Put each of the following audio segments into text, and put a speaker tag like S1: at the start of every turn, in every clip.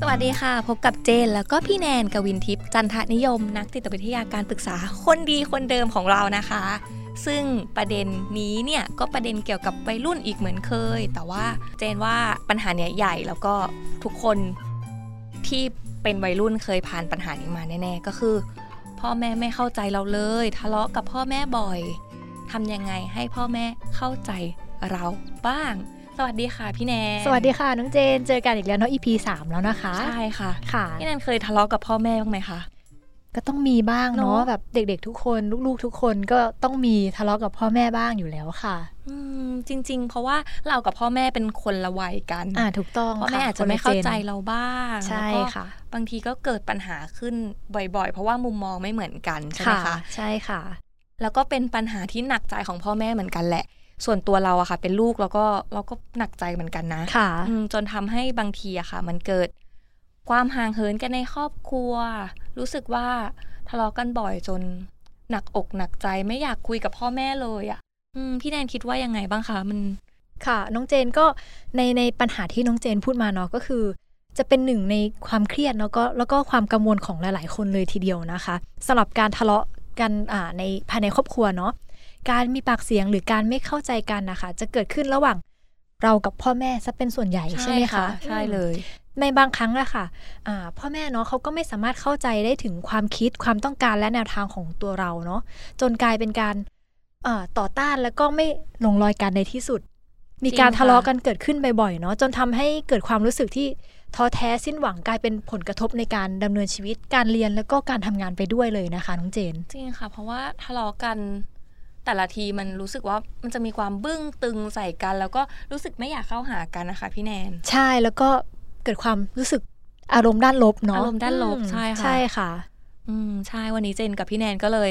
S1: สวัสดีค่ะ พบกับเจน แล้วก็พี่แนนกวินทิพย์จันทนิยม นักจิตวิทยาการปรึกษาคนดีคนเดิมของเรานะคะ ซึ่งประเด็นนี้เนี่ยก็ประเด็นเกี่ยวกับวัยรุ่นอีกเหมือนเคย แต่ว่าเจนว่าปัญหาเนี้ยใหญ่แล้วก็ทุกคนที่เป็นวัยรุ่นเคยผ่านปัญหานี้มาแน่ๆก็คือ พ่อแม่ไม่เข้าใจเราเลย ทะเลาะกับพ่อแม่บ่อยทำยังไงให้พ่อแม่เข้าใจเราบ้าง สวัสดีค่ะพี่แนน
S2: สวัสดีค่ะ น้องเจนเจอกันอีกแล้วเนาะ EP สามแล้วนะคะ
S1: ใช่ค่ะ
S2: ค่ะ
S1: พี่แนนเคยทะเลาะกับพ่อแม่บ้างไหมคะ
S2: ก็ต้องมีบ้างเนาะ
S1: เนอะ
S2: แบบเด็กๆทุกคน ลูกๆ ทุกคนก็ต้องมีทะเลาะกับพ่อแม่บ้างอยู่แล้วค่ะ
S1: อืมจริง ๆ เพราะว่าเรากับพ่อแม่เป็นคนละวัยกัน
S2: อ่าถูกต้อง
S1: พ่อ
S2: ค่
S1: แม่อาจจะ
S2: คนล
S1: ไม่เข้าใจ
S2: น
S1: เราบ้าง
S2: ใช่
S1: แล้วก็
S2: ค่ะ
S1: บางทีก็เกิดปัญหาขึ้นบ่อย ๆ เพราะว่ามุมมองไม่เหมือนกันใช่ไหมคะ
S2: ใช่ค่ะ
S1: แล้วก็เป็นปัญหาที่หนักใจของพ่อแม่เหมือนกันแหละ ส่วนตัวเราอะค่ะ เป็นลูกเราก็เราก็หนักใจเหมือนกันนะ
S2: ค่ะ
S1: อืมจนทำให้บางทีอะค่ะ มันเกิดความห่างเหินกันในครอบครัว รู้สึกว่าทะเลาะกันบ่อยจนหนักอกหนักใจไม่อยากคุยกับพ่อแม่เลยอะอืมพี่แนนคิดว่ายังไงบ้างคะมัน
S2: ค่ะ น้องเจนก็ในในปัญหาที่น้องเจนพูดมาเนาะก็คือ จะเป็นหนึ่งในความเครียดแล้วก็แล้วก็ความกังวลของหลาย ๆ คนเลยทีเดียวนะคะสำหรับการทะเลาะกันอ่าในภายในครอบครัวเนาะการมีปากเสียงหรือการไม่เข้าใจกันนะคะจะเกิดขึ้นระหว่างเรากับพ่อแม่ซะเป็นส่วนใหญ่ใช่ไหมคะ
S1: ใช่เลย
S2: ในบางครั้งอะค่ะอ่าพ่อแม่เนาะเขาก็ไม่สามารถเข้าใจได้ถึงความคิดความต้องการและแนวทางของตัวเราเนาะ จนกลายเป็นการเอ่อต่อต้านแล้วก็ไม่ลงรอยกันในที่สุด มีกา
S1: จ
S2: ร
S1: ริงค่ะ
S2: ทะเลาะกันเกิดขึ้นบ่อยๆเนาะจนทำให้เกิดความรู้สึกที่ท้อแท้สิ้นหวังกลายเป็นผลกระทบในการดำเนินชีวิตการเรียนแล้วก็การทำงานไปด้วยเลยนะคะน้องเจน
S1: จริงค่ะ เพราะว่าทะเลาะกันแต่ละทีมันรู้สึกว่ามันจะมีความบึ้งตึงใส่กัน แล้วก็รู้สึกไม่อยากเข้าหากันนะคะ พี่แนน
S2: ใช่แล้วก็เกิดความรู้สึกอารมณ์ด้านลบเนาะ
S1: อารมณ์ด้านลบ
S2: อืม
S1: ใช่ค่ะ
S2: ใช่ค่ะ
S1: อืมใช่ วันนี้เจนกับพี่แนนก็เลย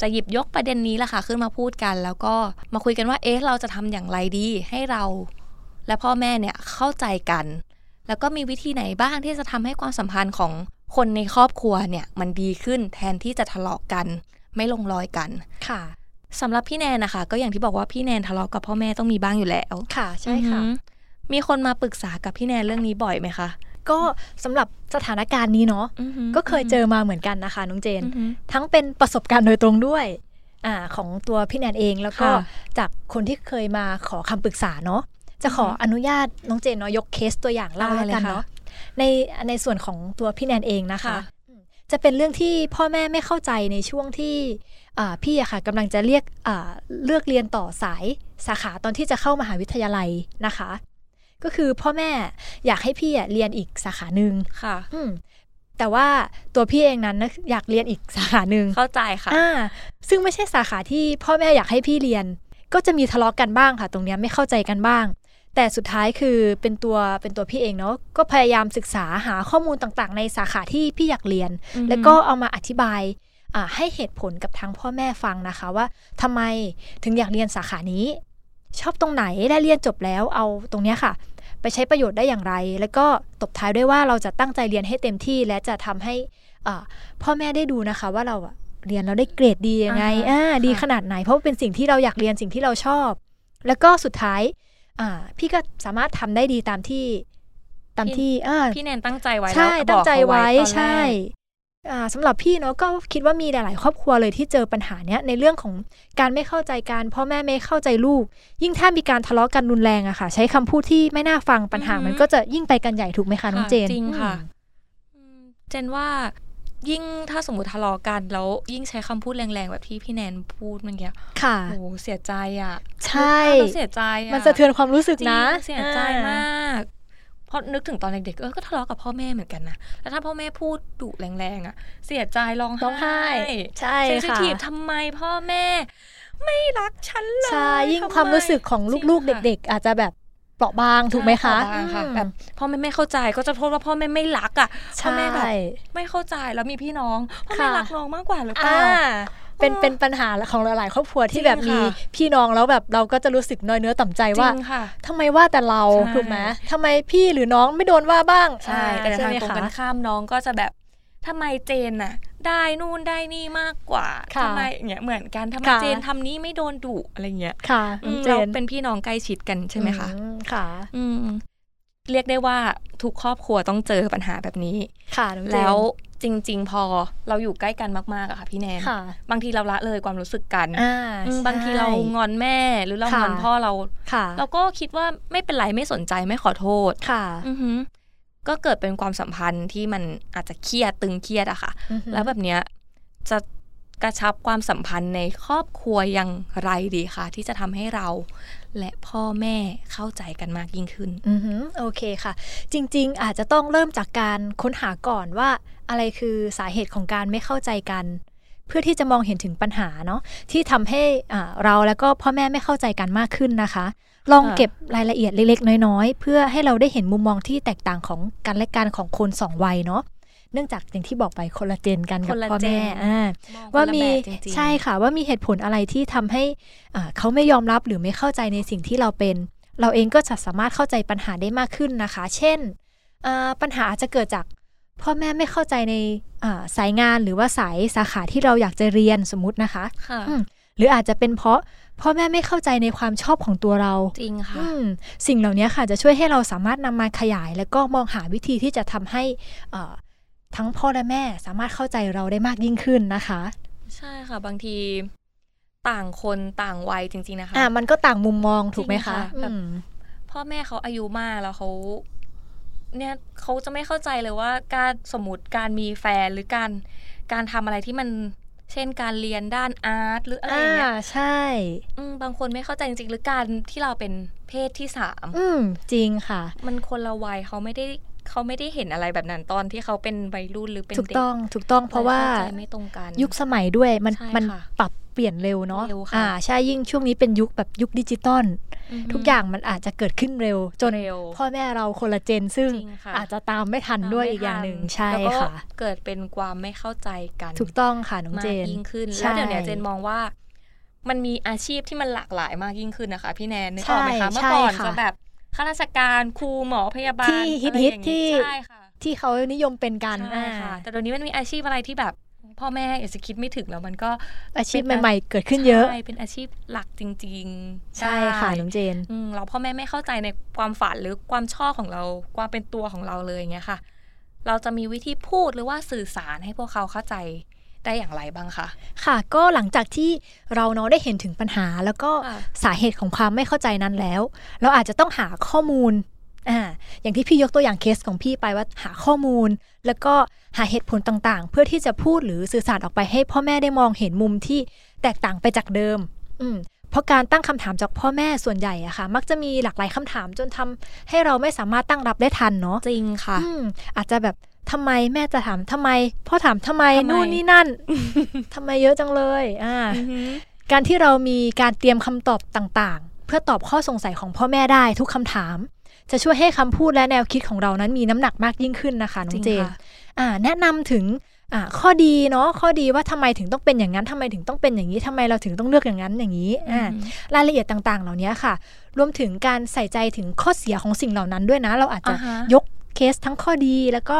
S1: จะหยิบยกประเด็นนี้แหละค่ะ ขึ้นมาพูดกัน แล้วก็มาคุยกันว่า เอ๊ะ เราจะทำอย่างไรดี ให้เรา และพ่อแม่เนี่ยเข้าใจกัน แล้วก็มีวิธีไหนบ้างที่จะทำให้ความสัมพันธ์ของคนในครอบครัวเนี่ย มันดีขึ้นแทนที่จะทะเลาะกัน ไม่ลงรอยกัน
S2: ค่ะ
S1: สำหรับพี่แนนนะคะ ก็อย่างที่บอกว่าพี่แนนทะเลาะกับพ่อแม่ต้องมีบ้างอยู่แล้ว
S2: ค่ะใช่ค่ะ
S1: อือหือมีคนมาปรึกษากับพี่แนนเรื่องนี้บ่อยไหมคะ
S2: ก็สำหรับสถานการณ์นี้เนาะก็เคยเจอมาเหมือนกันนะคะน้องเจน
S1: อือหือ
S2: ทั้งเป็นประสบการณ์โดยตรงด้วยอาของตัวพี่แนนเองแล้วก็
S1: ค่ะ
S2: จากคนที่เคยมาขอคำปรึกษาเนาะจะขอ
S1: อือฮึ
S2: อนุญาตน้องเจนเนาะยกเคสตัวอย่างเล่า
S1: ได้เล
S2: แล้ว
S1: ย
S2: กัน
S1: ค่ะ
S2: เนาะในในส่วนของตัวพี่แนนเองนะคะ
S1: ค่ะ
S2: จะเป็นเรื่องที่พ่อแม่ไม่เข้าใจในช่วงที่อ่าพี่อะค่ะกำลังจะเรียกอ่าเลือกเรียนต่อสายสาขาตอนที่จะเข้ามหาวิทยาลัยนะคะ ก็คือพ่อแม่อยากให้พี่อะเรียนอีกสาขาหนึ่ง
S1: ค่ะ
S2: อืมแต่ว่าตัวพี่เองนั้นนะอยากเรียนอีกสาขาหนึ่ง
S1: เข้าใจค่ะ
S2: อ่าซึ่งไม่ใช่สาขาที่พ่อแม่อยากให้พี่เรียน ก็จะมีทะเลาะกันบ้างค่ะ ตรงเนี้ยไม่เข้าใจกันบ้าง แต่สุดท้ายคือเป็นตัวเป็นตัวพี่เองเนาะก็พยายามศึกษาหาข้อมูลต่างๆ ในสาขาที่พี่อยากเรียน
S1: อือฮึ
S2: แล้วก็เอามาอธิบายอ่าให้เหตุผลกับทางพ่อแม่ฟังนะคะว่าทำไมถึงอยากเรียนสาขานี้ ชอบตรงไหนได้เรียนจบแล้วเอาตรงเนี้ยค่ะ ไปใช้ประโยชน์ได้อย่างไร แล้วก็ตบท้ายด้วยว่าเราจะตั้งใจเรียนให้เต็มที่และจะทำให้อ่าพ่อแม่ได้ดูนะคะ ว่าเราอะเรียนแล้วได้เกรดดียังไง
S1: อ่า
S2: อ่า
S1: ค่ะ
S2: ดีขนาดไหน เพราะว่าเป็นสิ่งที่เราอยากเรียนสิ่งที่เราชอบ แล้วก็สุดท้ายอ่าพี่ก็สามารถทำได้ดีตามที่ตามที่อ่า
S1: พี่แนนตั้งใจไว้
S2: ใช่
S1: แล้ว
S2: ตั้งใจไว้
S1: บอกเขาตอนแรก
S2: ใช่อ่าสำหรับพี่เนาะก็คิดว่ามีหลาย ๆ ครอบครัวเลยที่เจอปัญหาเนี้ยในเรื่องของการไม่เข้าใจกันพ่อแม่ไม่เข้าใจลูก ยิ่งถ้ามีการทะเลาะกันรุนแรงอะค่ะ ใช้คำพูดที่ไม่น่าฟังปัญหา
S1: อือฮึ
S2: มันก็จะยิ่งไปกันใหญ่ถูกไหมคะน้องเจน
S1: ค่ะจริงค่ะ
S2: อืม
S1: อืมเจนว่ายิ่งถ้าสมมติทะเลาะกันแล้วยิ่งใช้คำพูดแรงๆ แบบที่พี่แนนพูดเมื่อกี้
S2: ค่ะ
S1: โอ้โหเสียใจอ่ะ
S2: ใช่
S1: นึกภาพแล้วเสียใจอ่ะ
S2: มันสะเทือนความรู้สึกนะ
S1: จริงเสียใจ
S2: อ่
S1: มากเพราะนึกถึงตอนเด็กๆเออก็ทะเลาะกับพ่อแม่เหมือนกันนะแล้วถ้าพ่อแม่พูดดุแรงๆอ่ะ เสียใจร้องไห้
S2: ร้องไห้ใช่
S1: เซนซิ
S2: ค่ะ
S1: ทีฟทำไมพ่อแม่ ไม่รักฉันเลย
S2: ใช่ยิ่ง
S1: ทำไ
S2: ความรู้สึกของลูก
S1: จริง
S2: ๆ
S1: ค่ะ
S2: เด็ก ๆ อาจจะแบบเปราะบางถูกไหมคะ
S1: ใช่ค่ะ
S2: อืม
S1: แบบพ่อแม่ไม่เข้าใจก็จะโทษว่าพ่อแม่ไม่รักอ่ะพ่อ
S2: ใช่
S1: แม่แบบไม่เข้าใจแล้วมีพี่น้องพ่อแม่
S2: ค่ะ
S1: รักน้องมากกว่าหรือเป
S2: อ่า
S1: ล่า
S2: เป็นเป็นปัญหาของหลายๆ ครอบครัวที่แบบ
S1: จริ
S2: มี
S1: งค่ะ
S2: พี่น้องแล้วแบบเราก็จะรู้สึกน้อยเนื้อต่ำใจ
S1: จ
S2: ว่า
S1: ริงค่ะ
S2: ทำไมว่าแต่เรา
S1: ใช่
S2: ถูกไหมทำไมพี่หรือน้องไม่โดนว่าบ้าง
S1: ใช่
S2: อ่
S1: แต่ในทาง
S2: ใช่ไหม
S1: ตรง
S2: คะ
S1: กันข้ามน้องก็จะแบบทำไมเจนน่ะ ได้นู่นได้นี่มากกว่า
S2: ค่ะ
S1: ทำไมอย่างเงี้ยเหมือนกันทำไม
S2: ค่ะ
S1: เจนทำนี้ไม่โดนดุอะไรเงี้ย
S2: ค่ะ
S1: อืม
S2: จ
S1: เราเป็นพี่น้องใกล้ชิดกันใช่ไหมคะ
S2: อืค่ะ
S1: อืม เรียกได้ว่าทุกครอบครัวต้องเจอปัญหาแบบนี้
S2: ค่ะน้องเจน
S1: แล้วจริง ๆ พอเราอยู่ใกล้กันมากๆอะค่ะพี่แนน
S2: ค่ะ
S1: บางทีเราละเลยความรู้สึกกัน
S2: อ่า
S1: อืม
S2: ใช่
S1: บางทีเรางอนแม่หรือเรา
S2: ค่ะ
S1: งอนพ่อเรา
S2: ค่ะ
S1: เราก็คิดว่าไม่เป็นไรไม่สนใจไม่ขอโทษ
S2: ค่ะ
S1: อือหือก็เกิดเป็นความสัมพันธ์ที่มันอาจจะเครียดตึงเครียดอะค่ะ
S2: อือหือ
S1: แล้วแบบเนี้ยจะกระชับความสัมพันธ์ในครอบครัวอยังไรดีคะที่จะทำให้เรา และพ่อแม่เข้าใจกันมากยิ่งขึ้น
S2: อือหือโอเคค่ะ จริงๆ อาจจะต้องเริ่มจากการค้นหาก่อนว่าอะไรคือสาเหตุของการไม่เข้าใจกัน เพื่อที่จะมองเห็นถึงปัญหาเนาะที่ทำให้อ่าเราแล้วก็พ่อแม่ไม่เข้าใจกันมากขึ้นนะคะ ลอง
S1: ค่ะ
S2: เก็บรายละเอียดเล็กๆ น้อยๆ เพื่อให้เราได้เห็นมุมมองที่แตกต่างของกันและกันของคนสองวัยเนาะเนื่องจากอย่างที่บอกไปคนละเจนกันกับพ่อแม่อ่า ว่ามีใช่ค่ะว่ามีเหตุผลอะไรที่ทำให้อ่าเขาไม่ยอมรับหรือไม่เข้าใจในสิ่งที่เราเป็น เราเองก็จะสามารถเข้าใจปัญหาได้มากขึ้นนะคะ เช่นอ่าปัญหาอาจจะเกิดจากพ่อแม่ไม่เข้าใจในอ่าสายงานหรือว่าสายสาขาที่เราอยากจะเรียนสมมตินะคะ
S1: ค่ะ
S2: อืม หรืออาจจะเป็นเพราะพ่อแม่ไม่เข้าใจในความชอบของตัวเรา
S1: จริงค่ะ
S2: อืมสิ่งเหล่านี้ค่ะจะช่วยให้เราสามารถนำมาขยาย แล้วก็มองหาวิธีที่จะทำให้เอ่อทั้งพ่อและแม่สามารถเข้าใจเราได้มากยิ่งขึ้นนะคะ
S1: ใช่ค่ะ บางทีต่างคนต่างวัยจริง ๆนะคะ
S2: อ่ามันก็ต่างมุมมองถูกไหมคะ
S1: จริงค่ะแบบ
S2: อืม
S1: พ่อแม่เขาอายุมากแล้วเขาเนี่ยเขาจะไม่เข้าใจเลยว่าการสมมติการมีแฟนหรือการการทำอะไรที่มัน เช่นการเรียนด้านอาร์ตหรืออะไรอ
S2: อ่า
S1: ย่างเงี้ย
S2: ใช่
S1: อืมบางคนไม่เข้าใจจริงๆหรือการที่เราเป็นเพศที่สาม
S2: อืมจริงค่ะ
S1: มันคนละวัยเขาไม่ได้เขาไม่ได้เห็นอะไรแบบนั้นตอนที่เขาเป็นวัยรุ่นหรือเป็น
S2: ถูก
S1: เด็ก
S2: ต้องถูกต้องเพราะว่า
S1: เข้ใจไม่ตรงกัน
S2: ยุคสมัยด้วยมัน
S1: ใช่
S2: มัน
S1: ค่ะ
S2: ปรับเปลี่ยนเร็วเนาะ
S1: เร็วค่ะ
S2: อ่าใช่ยิ่งช่วงนี้เป็นยุคแบบยุคดิจิตอล
S1: ฮึ
S2: ทุกอย่างมันอาจจะเกิดขึ้นเร็ว จน
S1: เร็ว
S2: พ่อแม่เราคนละเจนซึ่ง
S1: จริงค่ะ
S2: อาจจะตามไม่ทันด้วย
S1: ไม่
S2: อีกอย่าง
S1: ทั
S2: หนึ่งใช่
S1: แล้วก็
S2: ค่ะ
S1: เกิดเป็นความไม่เข้าใจกัน
S2: ถูกต้องค่ะน้อง
S1: มา
S2: เจ
S1: ก
S2: น
S1: ยิ่งขึ้น
S2: ใช่
S1: แล้วเดี๋ยวเนี้ยเจนมองว่ามันมีอาชีพที่มันหลากหลายมากยิ่งขึ้นนะคะ พี่แนนนึกออกไหมคะ
S2: ใช่
S1: เมื่อก่อน
S2: ใช่ค่ะ
S1: จะแบบข้าราชการครูหมอพยาบาล
S2: ที่ฮิต
S1: อะไรอ
S2: ๆ
S1: ย่าง
S2: ที่
S1: นี้ใช่ค่ะ
S2: ที่เขานิยมเป็นกัน
S1: ใช่ค่ะ แต่เดี๋ยวนี้มันมีอาชีพอะไรที่แบบ พ่อแม่อาจจะคิดไม่ถึงแล้วมันก็
S2: อาชีพใหม่ๆ เกิดขึ้นเยอะ
S1: ใช่เป็นอาชีพหลักจริงๆ
S2: ใช่ค่ะน้องเจน
S1: อืมเราพ่อแม่ไม่เข้าใจในความฝันหรือความชอบของเราความเป็นตัวของเราเลยอย่างเงี้ยค่ะ เราจะมีวิธีพูดหรือว่าสื่อสารให้พวกเขาเข้าใจได้อย่างไรบ้างคะ
S2: ค่ะ ก็หลังจากที่เราเนาะได้เห็นถึงปัญหา แล้วก็
S1: ค่ะ
S2: สาเหตุของความไม่เข้าใจนั้นแล้ว เราอาจจะต้องหาข้อมูลอ่าอย่างที่พี่ยกตัวอย่างเคสของพี่ไปว่าหาข้อมูล แล้วก็หาเหตุผลต่างๆ เพื่อที่จะพูดหรือสื่อสารออกไปให้พ่อแม่ได้มองเห็นมุมที่แตกต่างไปจากเดิมอืมเพราะการตั้งคำถามจากพ่อแม่ส่วนใหญ่อะค่ะ มักจะมีหลากหลายคำถามจนทำให้เราไม่สามารถตั้งรับได้ทันเนาะ
S1: จริงค่ะ
S2: อืมอาจจะแบบทำไมแม่จะถามทำไม พ่อถามทำไม
S1: ทำไม
S2: นู่นนี่นั่น ทำไมเยอะจังเลยอ่าการที่เรามีการเตรียมคำตอบต่างๆ เพื่อตอบข้อสงสัยของพ่อแม่ได้ทุกคำถาม จะช่วยให้คำพูดและแนวคิดของเรานั้นมีน้ำหนักมากยิ่งขึ้นนะคะน้องเจน
S1: ค่ะ
S2: อ่าแนะนำถึงอ่าข้อดีเนาะข้อดีว่าทำไมถึงต้องเป็นอย่างนั้นทำไมถึงต้องเป็นอย่างนี้ทำไมเราถึงต้องเลือกอย่างนั้นอย่างนี้อ่า รายละเอียดต่างๆ เหล่านี้ค่ะ รวมถึงการใส่ใจถึงข้อเสียของสิ่งเหล่านั้นด้วยนะ เราอาจจะ
S1: อ่าฮะ
S2: ยกเคสทั้งข้อดี แล้วก็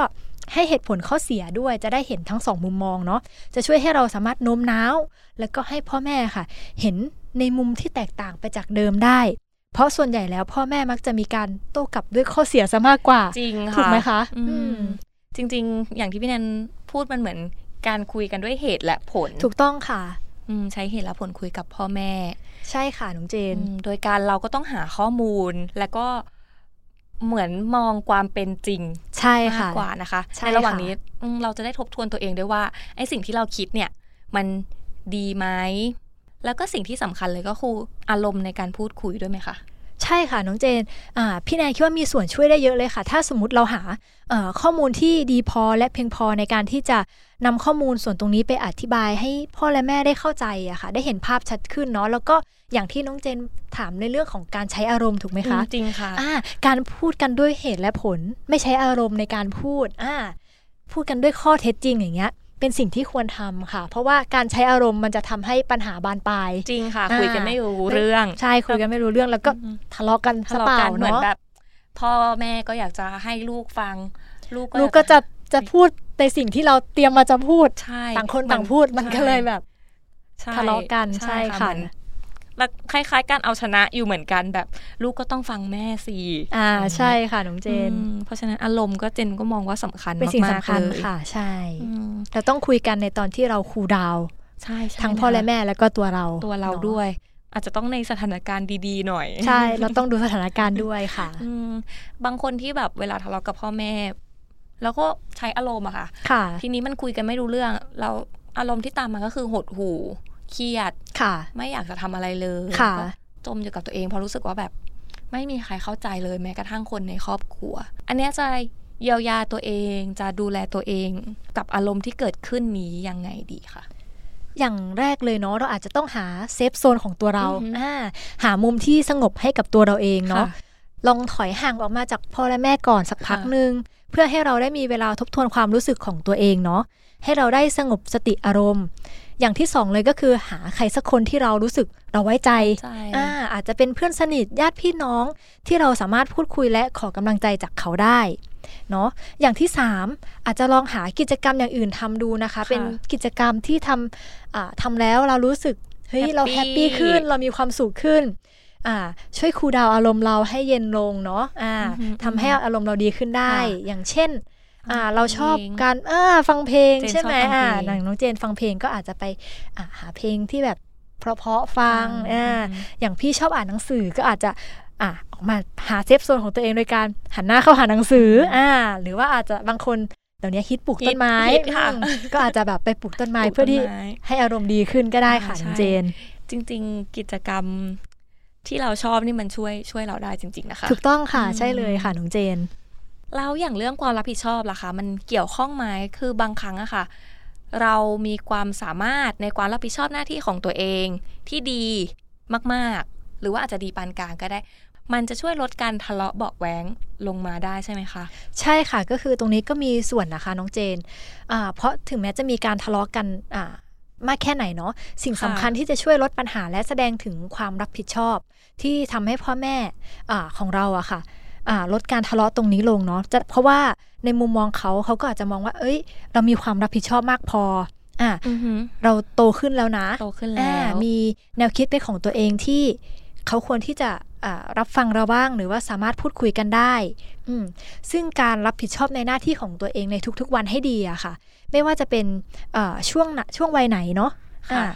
S2: ให้เหตุผลข้อเสียด้วย จะได้เห็นทั้งสองมุมมองเนาะ จะช่วยให้เราสามารถโน้มน้าว แล้วก็ให้พ่อแม่ค่ะ เห็นในมุมที่แตกต่างไปจากเดิมได้ เพราะส่วนใหญ่แล้วพ่อแม่มักจะมีการโต้กลับด้วยข้อเสียซะมากกว่า
S1: จริงค่ะ
S2: ถูกไหมคะ
S1: อื
S2: อื
S1: ม
S2: ม
S1: จริง ๆ อย่างที่พี่แนนพูดมันเหมือนการคุยกันด้วยเหตุและผล
S2: ถูกต้องค่ะ
S1: อืมใช้เหตุและผลคุยกับพ่อแม่
S2: ใช่ค่ะน้องเจน
S1: อืมโดยการเราก็ต้องหาข้อมูล แล้วก็เหมือนมองความเป็นจริง
S2: ใช่
S1: มาก
S2: ค่ะ
S1: กว่านะคะ
S2: ใช่
S1: ในระหว่าง
S2: ค่ะ
S1: นี้อืมเราจะได้ทบทวนตัวเองด้วยว่าไอ้สิ่งที่เราคิดเนี่ย มันดีไหมแล้วก็สิ่งที่สำคัญเลยก็คืออารมณ์ในการพูดคุยด้วยไหมคะ
S2: ใช่ค่ะ น้องเจนอ่าพี่แนนคิดว่ามีส่วนช่วยได้เยอะเลยค่ะ ถ้าสมมติเราหาเอ่อข้อมูลที่ดีพอและเพียงพอในการที่จะนำข้อมูลส่วนตรงนี้ไปอธิบายให้พ่อและแม่ได้เข้าใจอะค่ะ ได้เห็นภาพชัดขึ้นเนาะแล้วก็อย่างที่น้องเจนถามในเรื่องของการใช้อารมณ์ถูกไหมคะ
S1: จริงค่ะ
S2: อ่าการพูดกันด้วยเหตุและผล ไม่ใช้อารมณ์ในการพูดอ่าพูดกันด้วยข้อเท็จจริงอย่างเงี้ย เป็นสิ่งที่ควรทำค่ะ เพราะว่าการใช้อารมณ์มันจะทำให้ปัญหาบานปลาย
S1: จริงค่ะ
S2: อ่า
S1: คุยกันไม่รู้เรื่อง
S2: ใช่คุยกันไม่รู้เรื่องแล้วก็
S1: อืม
S2: ทะเลาะกัน
S1: ทะ
S2: ซะ
S1: เลาะ
S2: เปล่า
S1: กันเหมือน
S2: เนาะ
S1: แบบ พ่อแม่ก็อยากจะให้ลูกฟัง ลูก
S2: ลูก
S1: ก็
S2: ก็จะจะพูดในสิ่งที่เราเตรียมมาจะพูด
S1: ใช่
S2: ต่างคนต่างพูดมันก็เลยแบบ
S1: ใช่
S2: ทะเลาะกันใช่
S1: เห
S2: ค่ะ
S1: มือนแล้วคล้าย ๆ การเอาชนะอยู่เหมือนกันแบบ ลูกก็ต้องฟังแม่สิ
S2: อ่าใช่ค่ะน้องเจน
S1: อืมเพราะฉะนั้นอารมณ์ก็เจนก็มองว่าสำคัญ
S2: เป็นสิ่ง
S1: มาก
S2: สำ
S1: ๆ
S2: คัญ
S1: เลย
S2: ค่ะ ใช่
S1: อืม
S2: เราต้องคุยกันในตอนที่เราคูลดาวน์
S1: ใช่ใช่
S2: ทั้งพ่อและ
S1: นค
S2: แม่แล้วก็ตัวเรา
S1: ตัวเรา
S2: นอะ
S1: ด้วย อาจจะต้องในสถานการณ์ดีๆหน่อย
S2: ใช่ เราต้องดูสถานการณ์ด้วยค่ะ
S1: อืมบางคนที่แบบเวลาทะเลาะกับพ่อแม่ แล้วก็ใช้อารมณ์อะค่ะ
S2: ค่ะ
S1: ทีนี้มันคุยกันไม่รู้เรื่อง เราอารมณ์ที่ตามมาก็คือหดหู่เครียด
S2: ค่ะ
S1: ไม่อยากจะทำอะไรเลย
S2: ค่ะ
S1: ก็จมอยู่กับตัวเองเพราะรู้สึกว่าแบบ ไม่มีใครเข้าใจเลยแม้กระทั่งคนในครอบครัว อันเนี้ยจะเยียวยาตัวเองจะดูแลตัวเองกับอารมณ์ที่เกิดขึ้นนี้ยังไงดีคะ
S2: อย่างแรกเลยเนาะเราอาจจะต้องหาเซฟโซนของตัวเรา
S1: อือหืออ่
S2: าหามุมที่สงบให้กับตัวเราเองเนาะ
S1: ค่
S2: ลองถอยห่างออกมาจากพ่อและแม่ก่อนสักพัก
S1: ค่ะ
S2: หนึ่งเพื่อให้เราได้มีเวลาทบทวนความรู้สึกของตัวเองเนาะให้เราได้สงบสติอารมณ์ อย่างที่สองเลยก็คือหาใครสักคนที่เรารู้สึกเราไว้ใจ
S1: ใช่
S2: อ่าอาจจะเป็นเพื่อนสนิทญาติพี่น้องที่เราสามารถพูดคุยและขอกำลังใจจากเขาได้เนาะอย่างที่สามอาจจะลองหากิจกรรมอย่างอื่นทำดูนะคะ เป็นกิจกรรมที่ทำอ่าทำแล้วเรารู้สึกเฮ้ยเราแฮปปี้ขึ้นเรามีความสุขขึ้น อ่าช่วยคูลดาวน์อารมณ์เราให้เย็นลงเนาะอ่า
S1: อือหือ
S2: ทำให้อารมณ์เราดีขึ้นได้
S1: ค่ะ
S2: อย่างเช่นอ่าเราชอบ
S1: เพลง
S2: การอ่าฟังเพลง
S1: เจน
S2: ใช่ไหม
S1: ชอบฟังเพลง
S2: อ่าหนังน้องเจนฟังเพลงก็อาจจะไปอ่าหาเพลงที่แบบเพราะๆฟัง
S1: อื
S2: อ่าม อย่างพี่ชอบอ่านหนังสือก็อาจจะอ่าออกมาหาเซฟโซนของตัวเองโดยการหันหน้าเข้าหาหนังสืออ่าหรือว่าอาจจะบางคนเดี๋ยวนี้ฮิตปลูกต้นไม้
S1: ฮิตฮิตค่ะ
S2: อืมก็อาจจะแบบไปปลูกต้นไม้
S1: ปลูก
S2: เพื่อที่
S1: ต้นไม้
S2: ให้อารมณ์ดีขึ้นก็ได้ค่ะ
S1: อ่า
S2: น้อง
S1: ใช่
S2: เจน
S1: จริง ๆ กิจกรรมที่เราชอบนี่มันช่วยช่วยเราได้จริง ๆ นะคะ
S2: ถูกต้องค่ะ
S1: อืม
S2: ใช่เลยค่ะน้องเจน
S1: แล้วอย่างเรื่องความรับผิดชอบล่ะคะ มันเกี่ยวข้องไหมคือบางครั้งอะค่ะ เรามีความสามารถในความรับผิดชอบหน้าที่ของตัวเองที่ดีมากๆ หรือว่าอาจจะดีปานกลางก็ได้ มันจะช่วยลดการทะเลาะเบาะแว้งลงมาได้ใช่ไหมคะ
S2: ใช่ค่ะก็คือตรงนี้ก็มีส่วนนะคะน้องเจนอ่าเพราะถึงแม้จะมีการทะเลาะกันอ่ามากแค่ไหนเนาะสิ่งสำคัญที่จะช่วยลดปัญหาและแสดงถึงความรับผิดชอบ ที่ทำให้พ่อแม่อาของเราอะค่ะอ่าลดการทะเลาะตรงนี้ลงเนาะจะเพราะว่าในมุมมองเขาเขาก็อาจจะมองว่า เอ้ย เรามีความรับผิดชอบมากพออ่า
S1: อือฮึ
S2: เราโตขึ้นแล้วนะ
S1: โตขึ้นแล้ว
S2: อ่ามีแนวคิดเป็นของตัวเองที่เขาควรที่จะอ่ารับฟังเราบ้าง หรือว่าสามารถพูดคุยกันได้อืมซึ่งการรับผิดชอบในหน้าที่ของตัวเองในทุกๆวันให้ดีอะค่ะ ไม่ว่าจะเป็นเอ่อช่วงน่ะช่วงวัยไหนเนาะ
S1: ค่ะ
S2: อ่า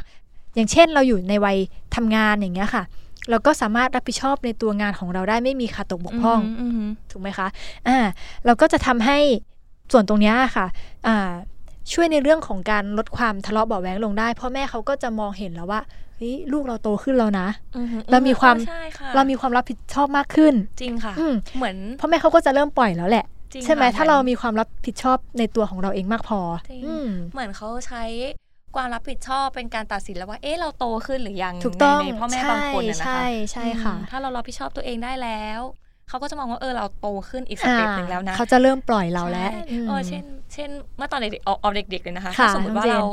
S2: อย่างเช่นเราอยู่ในวัยทำงานอย่างเงี้ยค่ะ เราก็สามารถรับผิดชอบในตัวงานของเราได้ไม่มีขาดตกบกพร่อง
S1: อือฮึ
S2: ถูกไหมคะอ่าเราก็จะทำให้ส่วนตรงเนี้ยค่ะอ่าช่วยในเรื่องของการลดความทะเลาะเบาะแว้งลงได้ พ่อแม่เขาก็จะมองเห็นแล้วว่าเฮ้ยลูกเราโตขึ้นแล้วนะ
S1: อือฮึ
S2: เรามีความ
S1: ใช่ค่ะ
S2: เรามีความรับผิดชอบมากขึ้น
S1: จริงค่ะ
S2: อืม
S1: เหมือน
S2: พ่อแม่เขาก็จะเริ่มปล่อยแล้วแหละ
S1: จริง
S2: ใช่ไหม
S1: ค่ะ
S2: ถ้าเรา
S1: หอน
S2: มีความรับผิดชอบในตัวของเราเองมากพอ
S1: จริง
S2: อืม
S1: เหมือนเขาใช้ความรับผิดชอบเป็นการตัดสินแล้วว่า เอ๊ะ เราโตขึ้นหรือยัง
S2: ถูกต้อง
S1: ในในพ่อแม่บางคนนะนะคะ
S2: ใช่ใช่ค่ะ
S1: อืมถ้าเรารับผิดชอบตัวเองได้แล้ว เขาก็จะมองว่าเออเราโตขึ้นอีกส
S2: อ่า
S1: เต็ปหนึ่งแล้วนะ
S2: เขาจะเริ่มปล่อยเราแล้ว
S1: ใช่
S2: ม
S1: เออเช่น เช่น เมื่อตอนเด็กๆออกออกเด็ก ๆ เลยนะคะ
S2: ค่ะ
S1: ถ้าสมมติว่า
S2: น้องเจน
S1: เรา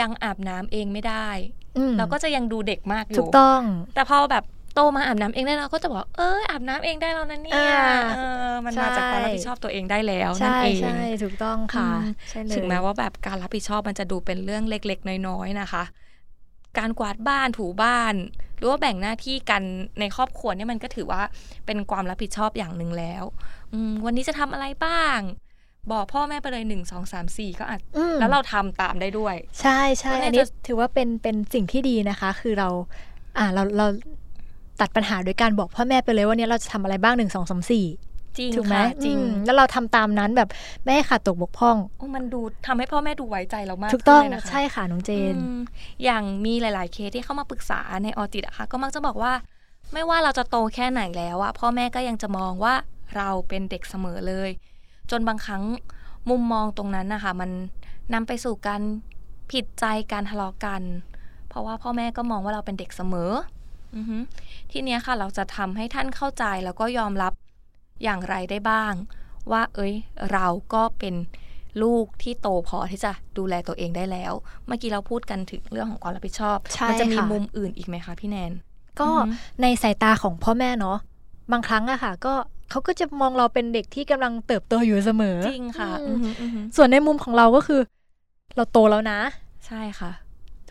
S1: ยังอาบน้ำเองไม่ได้
S2: อืม
S1: เราก็จะยังดูเด็กมากอ
S2: ถู
S1: ยู่
S2: กต้อง
S1: แต่พอแบบโตมาอาบน้ำเองได้เราก็จะบอกว่าเอออาบน้ำเองได้แล้วนะเนี่ย
S2: อ่า
S1: เออมัน
S2: ใช่
S1: มาจากความรับผิดชอบตัวเองได้แล้วนั่
S2: ใช่
S1: นเอง
S2: ใช่ถูกต้องค่ะ
S1: อืม
S2: ใช่เลย
S1: ถึงแม้ว่าแบบการรับผิดชอบมันจะดูเป็นเรื่องเล็กๆ น้อยๆนะคะ การกวาดบ้านถูบ้าน หรือว่าแบ่งหน้าที่กันในครอบครัวเนี่ยมันก็ถือว่าเป็นความรับผิดชอบอย่างหนึ่งแล้วอืมวันนี้จะทำอะไรบ้าง บอกพ่อแม่ไปเลยหนึ่งสองสามสี่ก็อาจ
S2: อืม
S1: แล้วเราทำตามได้ด้วย
S2: ใช่ใช่
S1: ก็น่าจะ
S2: อันนี้ถือว่าเป็นเป็นสิ่งที่ดีนะคะ คือเราอ่าเราเราตัดปัญหาโดยการบอกพ่อแม่ไปเลยว่าเนี่ยเราจะทำอะไรบ้างหนึ่งสองสามสี่
S1: จริง
S2: ถูกไหม
S1: ค่ะจริง
S2: อืมแล้วเราทำตามนั้นแบบไม่ให้ขาดตกบกพร่อง
S1: โอ้มันดูทำให้พ่อแม่ดูไว้ใจเรามาก
S2: ถูกต้อง
S1: ขึ้นเลยนะคะ
S2: ใช่ค่ะน้องเจน
S1: อืมอย่างมีหลาย ๆ เคสที่เข้ามาปรึกษาในออจิตอะค่ะ ก็มักจะบอกว่า ไม่ว่าเราจะโตแค่ไหนแล้วอะพ่อแม่ก็ยังจะมองว่าเราเป็นเด็กเสมอเลย จนบางครั้งมุมมองตรงนั้นนะคะมันนำไปสู่การผิดใจการทะเลาะกัน เพราะว่าพ่อแม่ก็มองว่าเราเป็นเด็กเสมออือฮึทีเนี้ยค่ะเราจะทำให้ท่านเข้าใจแล้วก็ยอมรับอย่างไรได้บ้าง ว่า เอ้ย เราก็เป็น ลูกที่โตพอที่จะดูแลตัวเองได้แล้ว เมื่อกี้เราพูดกันถึงเรื่องของความรับผิดชอบ
S2: ใช่
S1: มัจะมี
S2: ค่ะ
S1: มุมอื่นอีกไหมคะพี่แนน
S2: ก็
S1: อือฮึ
S2: ในสายตาของพ่อแม่เนาะบางครั้งอะค่ะ ก็เขาก็จะมองเราเป็นเด็กที่กำลังเติบโตอยู่เสมอ
S1: จริงค่ะ
S2: อืม
S1: อือหืออือหือ
S2: ส่วนในมุมของเราก็คือ เราโตแล้วนะ
S1: ใช่ค่ะ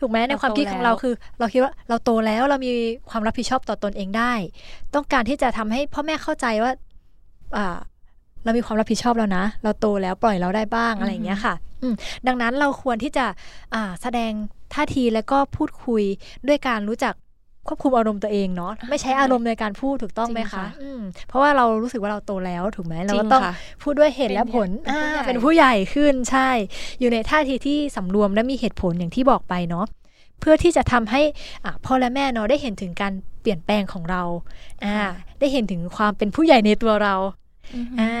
S2: ถูกไหมในความคิดของเราคือ เราคิดว่าเราโตแล้วเรามีความรับผิดชอบต่อตนเองได้ ต้องการที่จะทำให้พ่อแม่เข้าใจว่าอ่า เรามีความรับผิดชอบแล้วนะ เราโตแล้วปล่อยเราได้บ้างอะไรอย่างเงี้ยค่ะอืมดังนั้นเราควรที่จะอ่าแสดงท่าทีแล้วก็พูดคุยด้วยการรู้จักควบคุมอารมณ์ตัวเองเนาะไม่ใช้อารมณ์ในการพูดถูกต้องไหม
S1: จริง
S2: คะ
S1: ค่ะ
S2: อืมเพราะว่าเรารู้สึกว่าเราโตแล้วถูกไหมเรา
S1: จริ
S2: ก็
S1: ง
S2: ต้อง
S1: ค่ะ
S2: พูดด้วยเหตุและผล
S1: เป็นผู้ใหญ่
S2: อ่าเป็นผู้ใหญ่ขึ้นใช่ อยู่ในท่าทีที่สำรวมและมีเหตุผลอย่างที่บอกไปเนาะ เพื่อที่จะทำให้อ่าพ่อและแม่เนาะได้เห็นถึงการเปลี่ยนแปลงของเราอ่าได้เห็นถึงความเป็นผู้ใหญ่ในตัวเรา
S1: อือหือ
S2: อ่า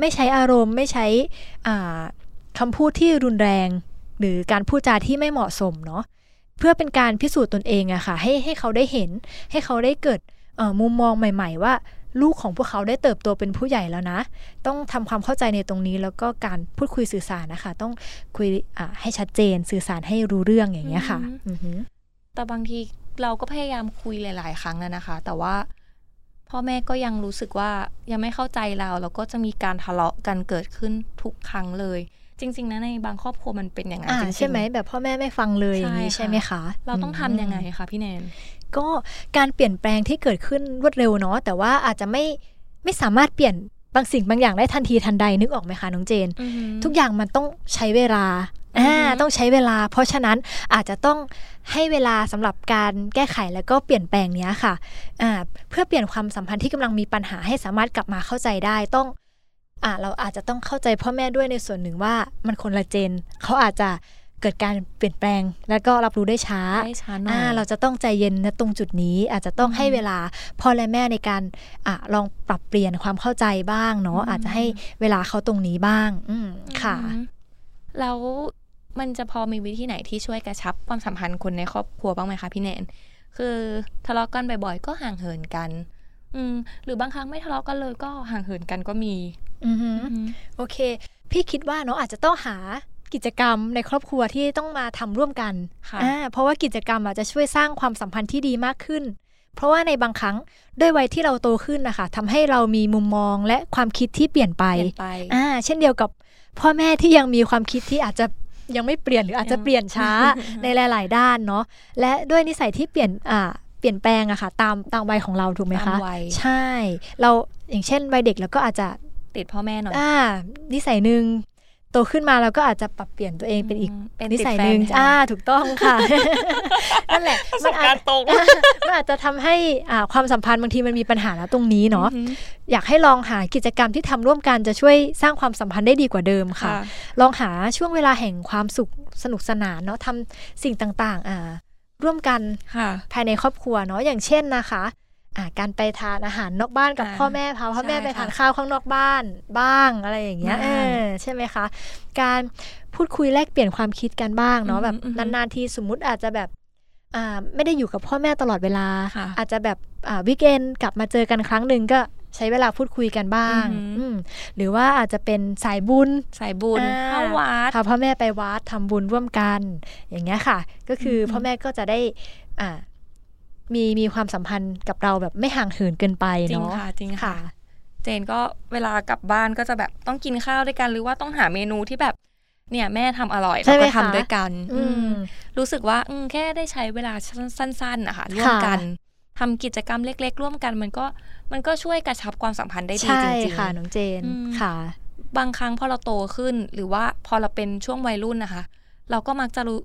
S2: ไม่ใช้อารมณ์ไม่ใช้อ่าคำพูดที่รุนแรง หรือการพูดจาที่ไม่เหมาะสมเนาะ เพื่อเป็นการพิสูจน์ตนเองอะค่ะให้ให้เขาได้เห็น ให้เขาได้เกิดเอ่อมุมมองใหม่ ๆ ว่า ลูกของพวกเขาได้เติบโตเป็นผู้ใหญ่แล้วนะ ต้องทำความเข้าใจในตรงนี้แล้วก็การพูดคุยสื่อสารนะคะ ต้องคุยอ่ะให้ชัดเจนสื่อสารให้รู้เรื่องอย่างเงี้ยค่ะอือหือ
S1: แต่บางทีเราก็พยายามคุยหลาย ๆ ครั้งแล้วนะคะ แต่ว่าพ่อแม่ก็ยังรู้สึกว่ายังไม่เข้าใจเราแล้วก็จะมีการทะเลาะกันเกิดขึ้นทุกครั้งเลย จริง ๆ นะในบางครอบครัวมันเป็นอย่างนั้น
S2: อ่า
S1: จริงๆ
S2: ใช่ไหมแบบพ่อแม่ไม่ฟังเลยอย่างนี้
S1: ใช่ค่ะ
S2: ใช่ไหมคะ
S1: เราต้องทำยังไงคะพี่แนน
S2: ก็การเปลี่ยนแปลงที่เกิดขึ้นรวดเร็วเนาะแต่ว่าอาจจะไม่ไม่สามารถเปลี่ยนบางสิ่งบางอย่างได้ทันทีทันใดนึกออกไหมคะน้องเจน ทุกอย่างมันต้องใช้เวลา
S1: อือฮึ
S2: อ่าต้องใช้เวลา เพราะฉะนั้นอาจจะต้องให้เวลาสำหรับการแก้ไขแล้วก็เปลี่ยนแปลงเนี้ยค่ะอ่าเพื่อเปลี่ยนความสัมพันธ์ที่กำลังมีปัญหาให้สามารถกลับมาเข้าใจได้ต้องอ่าเราอาจจะต้องเข้าใจพ่อแม่ด้วยในส่วนหนึ่งว่ามันคนละเจน เขาอาจจะเกิดการเปลี่ยนแปลง แล้วก็รับรู้ได้ช้า
S1: ได้ช้าหน่อย
S2: อ่าเราจะต้องใจเย็นนะตรงจุดนี้อาจจะต้อง
S1: อืม
S2: ให้เวลาพ่อและแม่ในการอะลองปรับเปลี่ยนความเข้าใจบ้างเนาะ
S1: อืม
S2: อาจจะให้เวลาเขาตรงนี้บ้าง อืมค่ะ
S1: อืมแล้วมันจะพอมีวิธีไหนที่ช่วยกระชับความสัมพันธ์คนในครอบครัวบ้างไหมคะพี่แนน คือทะเลาะกันบ่อยๆก็ห่างเหินกัน อืมหรือบางครั้งไม่ทะเลาะกันเลยก็ห่างเหินกันก็มี
S2: อือหือโอเค พี่คิดว่าเนาะอาจจะต้องหากิจกรรมในครอบครัวที่ต้องมาทำร่วมกัน
S1: ค่ะ
S2: อ่าเพราะว่ากิจกรรมอาจจะช่วยสร้างความสัมพันธ์ที่ดีมากขึ้น เพราะว่าในบางครั้งด้วยวัยที่เราโตขึ้นนะคะทำให้เรามีมุมมองและความคิดที่เปลี่ยนไป
S1: เปลี่ยนไป
S2: อ่าเช่นเดียวกับพ่อแม่ที่ยังมีความคิดที่อาจจะยังไม่เปลี่ยนหรืออาจจะเปลี่ยนช้า ในหลาย ๆ ด้านเนาะและด้วยนิสัยที่เปลี่ยนอ่าเปลี่ยนแปลงอะค่ะตามตามวัยของเราถูกไหมคะ
S1: ตามวัย
S2: ใช่ เราอย่างเช่นวัยเด็กเราก็อาจจะ
S1: ติดพ่อแม่หน่อย
S2: อ่านิสัยหนึ่งโตขึ้นมาเราก็อาจจะปรับเปลี่ยนตัวเองเป็นอีก
S1: มเป็น
S2: นิ
S1: ติด
S2: สัย
S1: แฟ
S2: หนึ่ง
S1: ใช่ไม
S2: อ่าถูกต้อง ค่ะ นั่นแหละมันอาจอ่ามันอาจจะทำให้อ่าความสัมพันธ์บางทีมันมีปัญหาแล้วตรงนี้เนาะ
S1: อือหือ
S2: อยากให้ลองหากิจกรรมที่ทำร่วมกันจะช่วยสร้างความสัมพันธ์ได้ดีกว่าเดิมค่ะ
S1: ค่ะ
S2: ลองหาช่วงเวลาแห่งความสุขสนุกสนานเนาะทำสิ่งต่างๆอ่าร่วมกัน
S1: ค่ะ
S2: ภายในครอบครัวเนาะอย่างเช่นนะคะอ่าการไปทานอาหารนอกบ้านกับ
S1: อ่า
S2: พ่อแม่พาพ่อแม่
S1: ใช่
S2: ไปทาน
S1: ค่ะ
S2: ข้าวข้างนอกบ้านบ้างอะไรอย่างเงี้ย
S1: บ้าง
S2: เออใช่ไหมคะ การพูดคุยแลกเปลี่ยนความคิดกันบ้างเนาะ
S1: อืม
S2: แบบ
S1: อืม
S2: นานๆทีสมมุติอาจจะแบบอ่าไม่ได้อยู่กับพ่อแม่ตลอดเวลา
S1: ค่ะ
S2: อาจจะแบบวิกเอนกลับมาเจอกันครั้งหนึ่งก็ใช้เวลาพูดคุยกันบ้างอืมหรือว่าอาจจะเป็นสายบุญ
S1: สายบุญ
S2: อ่า
S1: เข้าวัด
S2: พาพ่อแม่ไปวัดทำบุญร่วมกัน อย่างเงี้ยค่ะ ก็คือ
S1: ม
S2: พ่อแม่ก็จะได้อ่ามีมีความสัมพันธ์กับเราแบบไม่ห่างเหินเกินไป
S1: จริง
S2: เนาะ
S1: ค่ะจริงค่ะ
S2: ค่ะ
S1: เจนก็เวลากลับบ้านก็จะแบบต้องกินข้าวด้วยกันหรือว่าต้องหาเมนูที่แบบ เนี่ยแม่ทำอร่อย
S2: ใช่
S1: เรา
S2: ไหม
S1: ก็ทำ
S2: คะ
S1: ด้วยกัน
S2: อื
S1: อืม
S2: ม
S1: รู้สึกว่าอืมแค่ได้ใช้เวลาสั้นๆนะคะร่วมกันทำกิจกรรมเล็ก ๆ ร่วมกันมันก็มันก็ช่วยกระชับความสัมพันธ์ได้ดี
S2: ใช่
S1: จริง
S2: ค่ะน้องเจน
S1: อืม
S2: ค่ะ
S1: ๆ บางครั้งพอเราโตขึ้นหรือว่าพอเราเป็นช่วงวัยรุ่นนะคะ เราก็มักจะรู้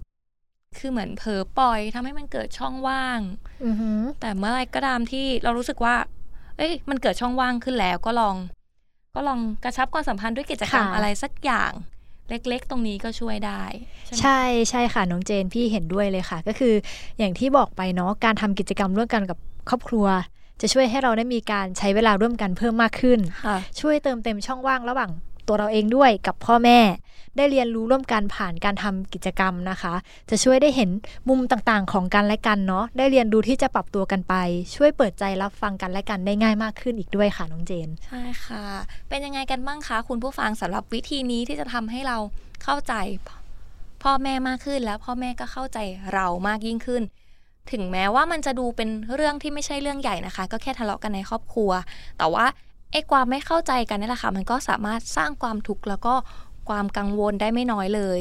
S1: คือเหมือนเผลอปล่อยทำให้มันเกิดช่องว่าง
S2: อือหือ
S1: แต่เมื่อไรก็ตามที่เรารู้สึกว่า เอ้ย มันเกิดช่องว่างขึ้นแล้วก็ลอง ก็ลองกระชับความสัมพันธ์ด้วยกิจกรรม
S2: ค่ะ
S1: อะไรสักอย่าง เล็กๆ ตรงนี้ก็ช่วยได้ใช่ไหม
S2: ใช่ใช่ค่ะน้องเจนพี่เห็นด้วยเลยค่ะ ก็คืออย่างที่บอกไปเนาะการทำกิจกรรมร่วมกันกับครอบครัว จะช่วยให้เราได้มีการใช้เวลาร่วมกันเพิ่มมากขึ้น
S1: ค่ะ
S2: ช่วยเติมเต็มช่องว่างระหว่าง ตัวเราเองด้วยกับพ่อแม่ ได้เรียนรู้ร่วมกันผ่านการทำกิจกรรมนะคะ จะช่วยได้เห็นมุมต่างๆ ของกันและกันเนาะได้เรียนรู้ที่จะปรับตัวกันไป ช่วยเปิดใจรับฟังกันและกันได้ง่ายมากขึ้นอีกด้วยค่ะน้องเจน
S1: ใช่ค่ะ เป็นยังไงกันบ้างคะคุณผู้ฟังสำหรับวิธีนี้ที่จะทำให้เราเข้าใจพพ่อแม่มากขึ้นแล้วพ่อแม่ก็เข้าใจเรามากยิ่งขึ้น ถึงแม้ว่ามันจะดูเป็นเรื่องที่ไม่ใช่เรื่องใหญ่นะคะ ก็แค่ทะเลาะกันในครอบครัว แต่ว่าไอ้ความไม่เข้าใจกันนี่แหละค่ะมันก็สามารถสร้างความทุกข์แล้วก็ความกังวลได้ไม่น้อยเลย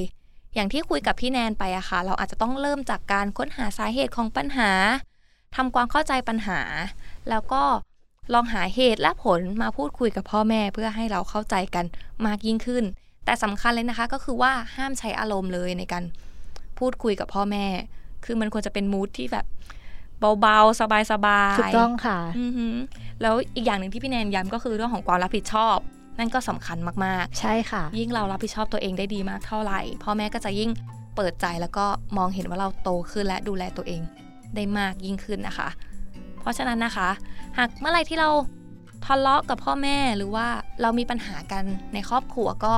S1: อย่างที่คุยกับพี่แนนไปอะค่ะ เราอาจจะต้องเริ่มจากการค้นหาสาเหตุของปัญหาทำความเข้าใจปัญหา แล้วก็ลองหาเหตุและผลมาพูดคุยกับพ่อแม่เพื่อให้เราเข้าใจกันมากยิ่งขึ้น แต่สำคัญเลยนะคะก็คือว่าห้ามใช้อารมณ์เลยในการพูดคุยกับพ่อแม่ คือมันควรจะเป็นมูทที่แบบเบาๆ สบายๆ
S2: ถูกต้องค่ะ
S1: อือหือแล้วอีกอย่างหนึ่งที่พี่แนนย้ำก็คือเรื่องของความรับผิดชอบ นั่นก็สำคัญมาก
S2: ใช่ค่ะ
S1: ๆ ยิ่งเรารับผิดชอบตัวเองได้ดีมากเท่าไหร่พ่อแม่ก็จะยิ่งเปิดใจแล้วก็มองเห็นว่าเราโตขึ้นและดูแลตัวเองได้มากยิ่งขึ้นนะคะ เพราะฉะนั้นนะคะ หากเมื่อไหร่ที่เราทะเลาะกับพ่อแม่หรือว่าเรามีปัญหากันในครอบครัวก็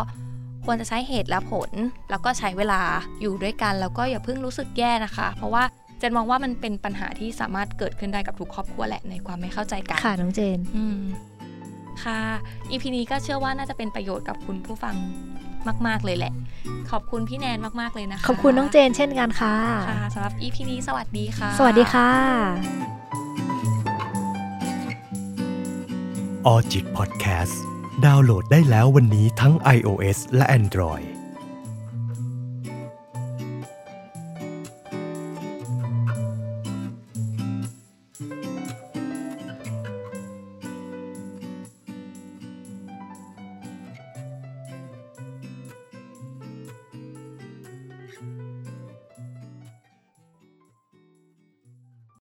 S1: ควรจะใช้เหตุและผล แล้วก็ใช้เวลาอยู่ด้วยกัน แล้วก็อย่าเพิ่งรู้สึกแย่นะคะ เพราะว่าเจนมองว่ามันเป็นปัญหาที่สามารถเกิดขึ้นได้กับทุกครอบครัวแหละในความไม่เข้าใจกัน
S2: ค่ะน้องเจน
S1: อืม ค่ะ EP นี้ก็เชื่อว่าน่าจะเป็นประโยชน์กับคุณผู้ฟังมาก ๆ เลยแหละ ขอบคุณพี่แนนมาก ๆ เลยนะคะ
S2: ขอบคุณน้องเจนเช่นกันค่ะ
S1: ค่ะสำหรับ EP นี้สวัสดีค่ะ
S2: สวัสดีค่ะ
S3: ออจิตพอดแคสต์ดาวน์โหลดได้แล้ววันนี้ทั้ง iOS และ Android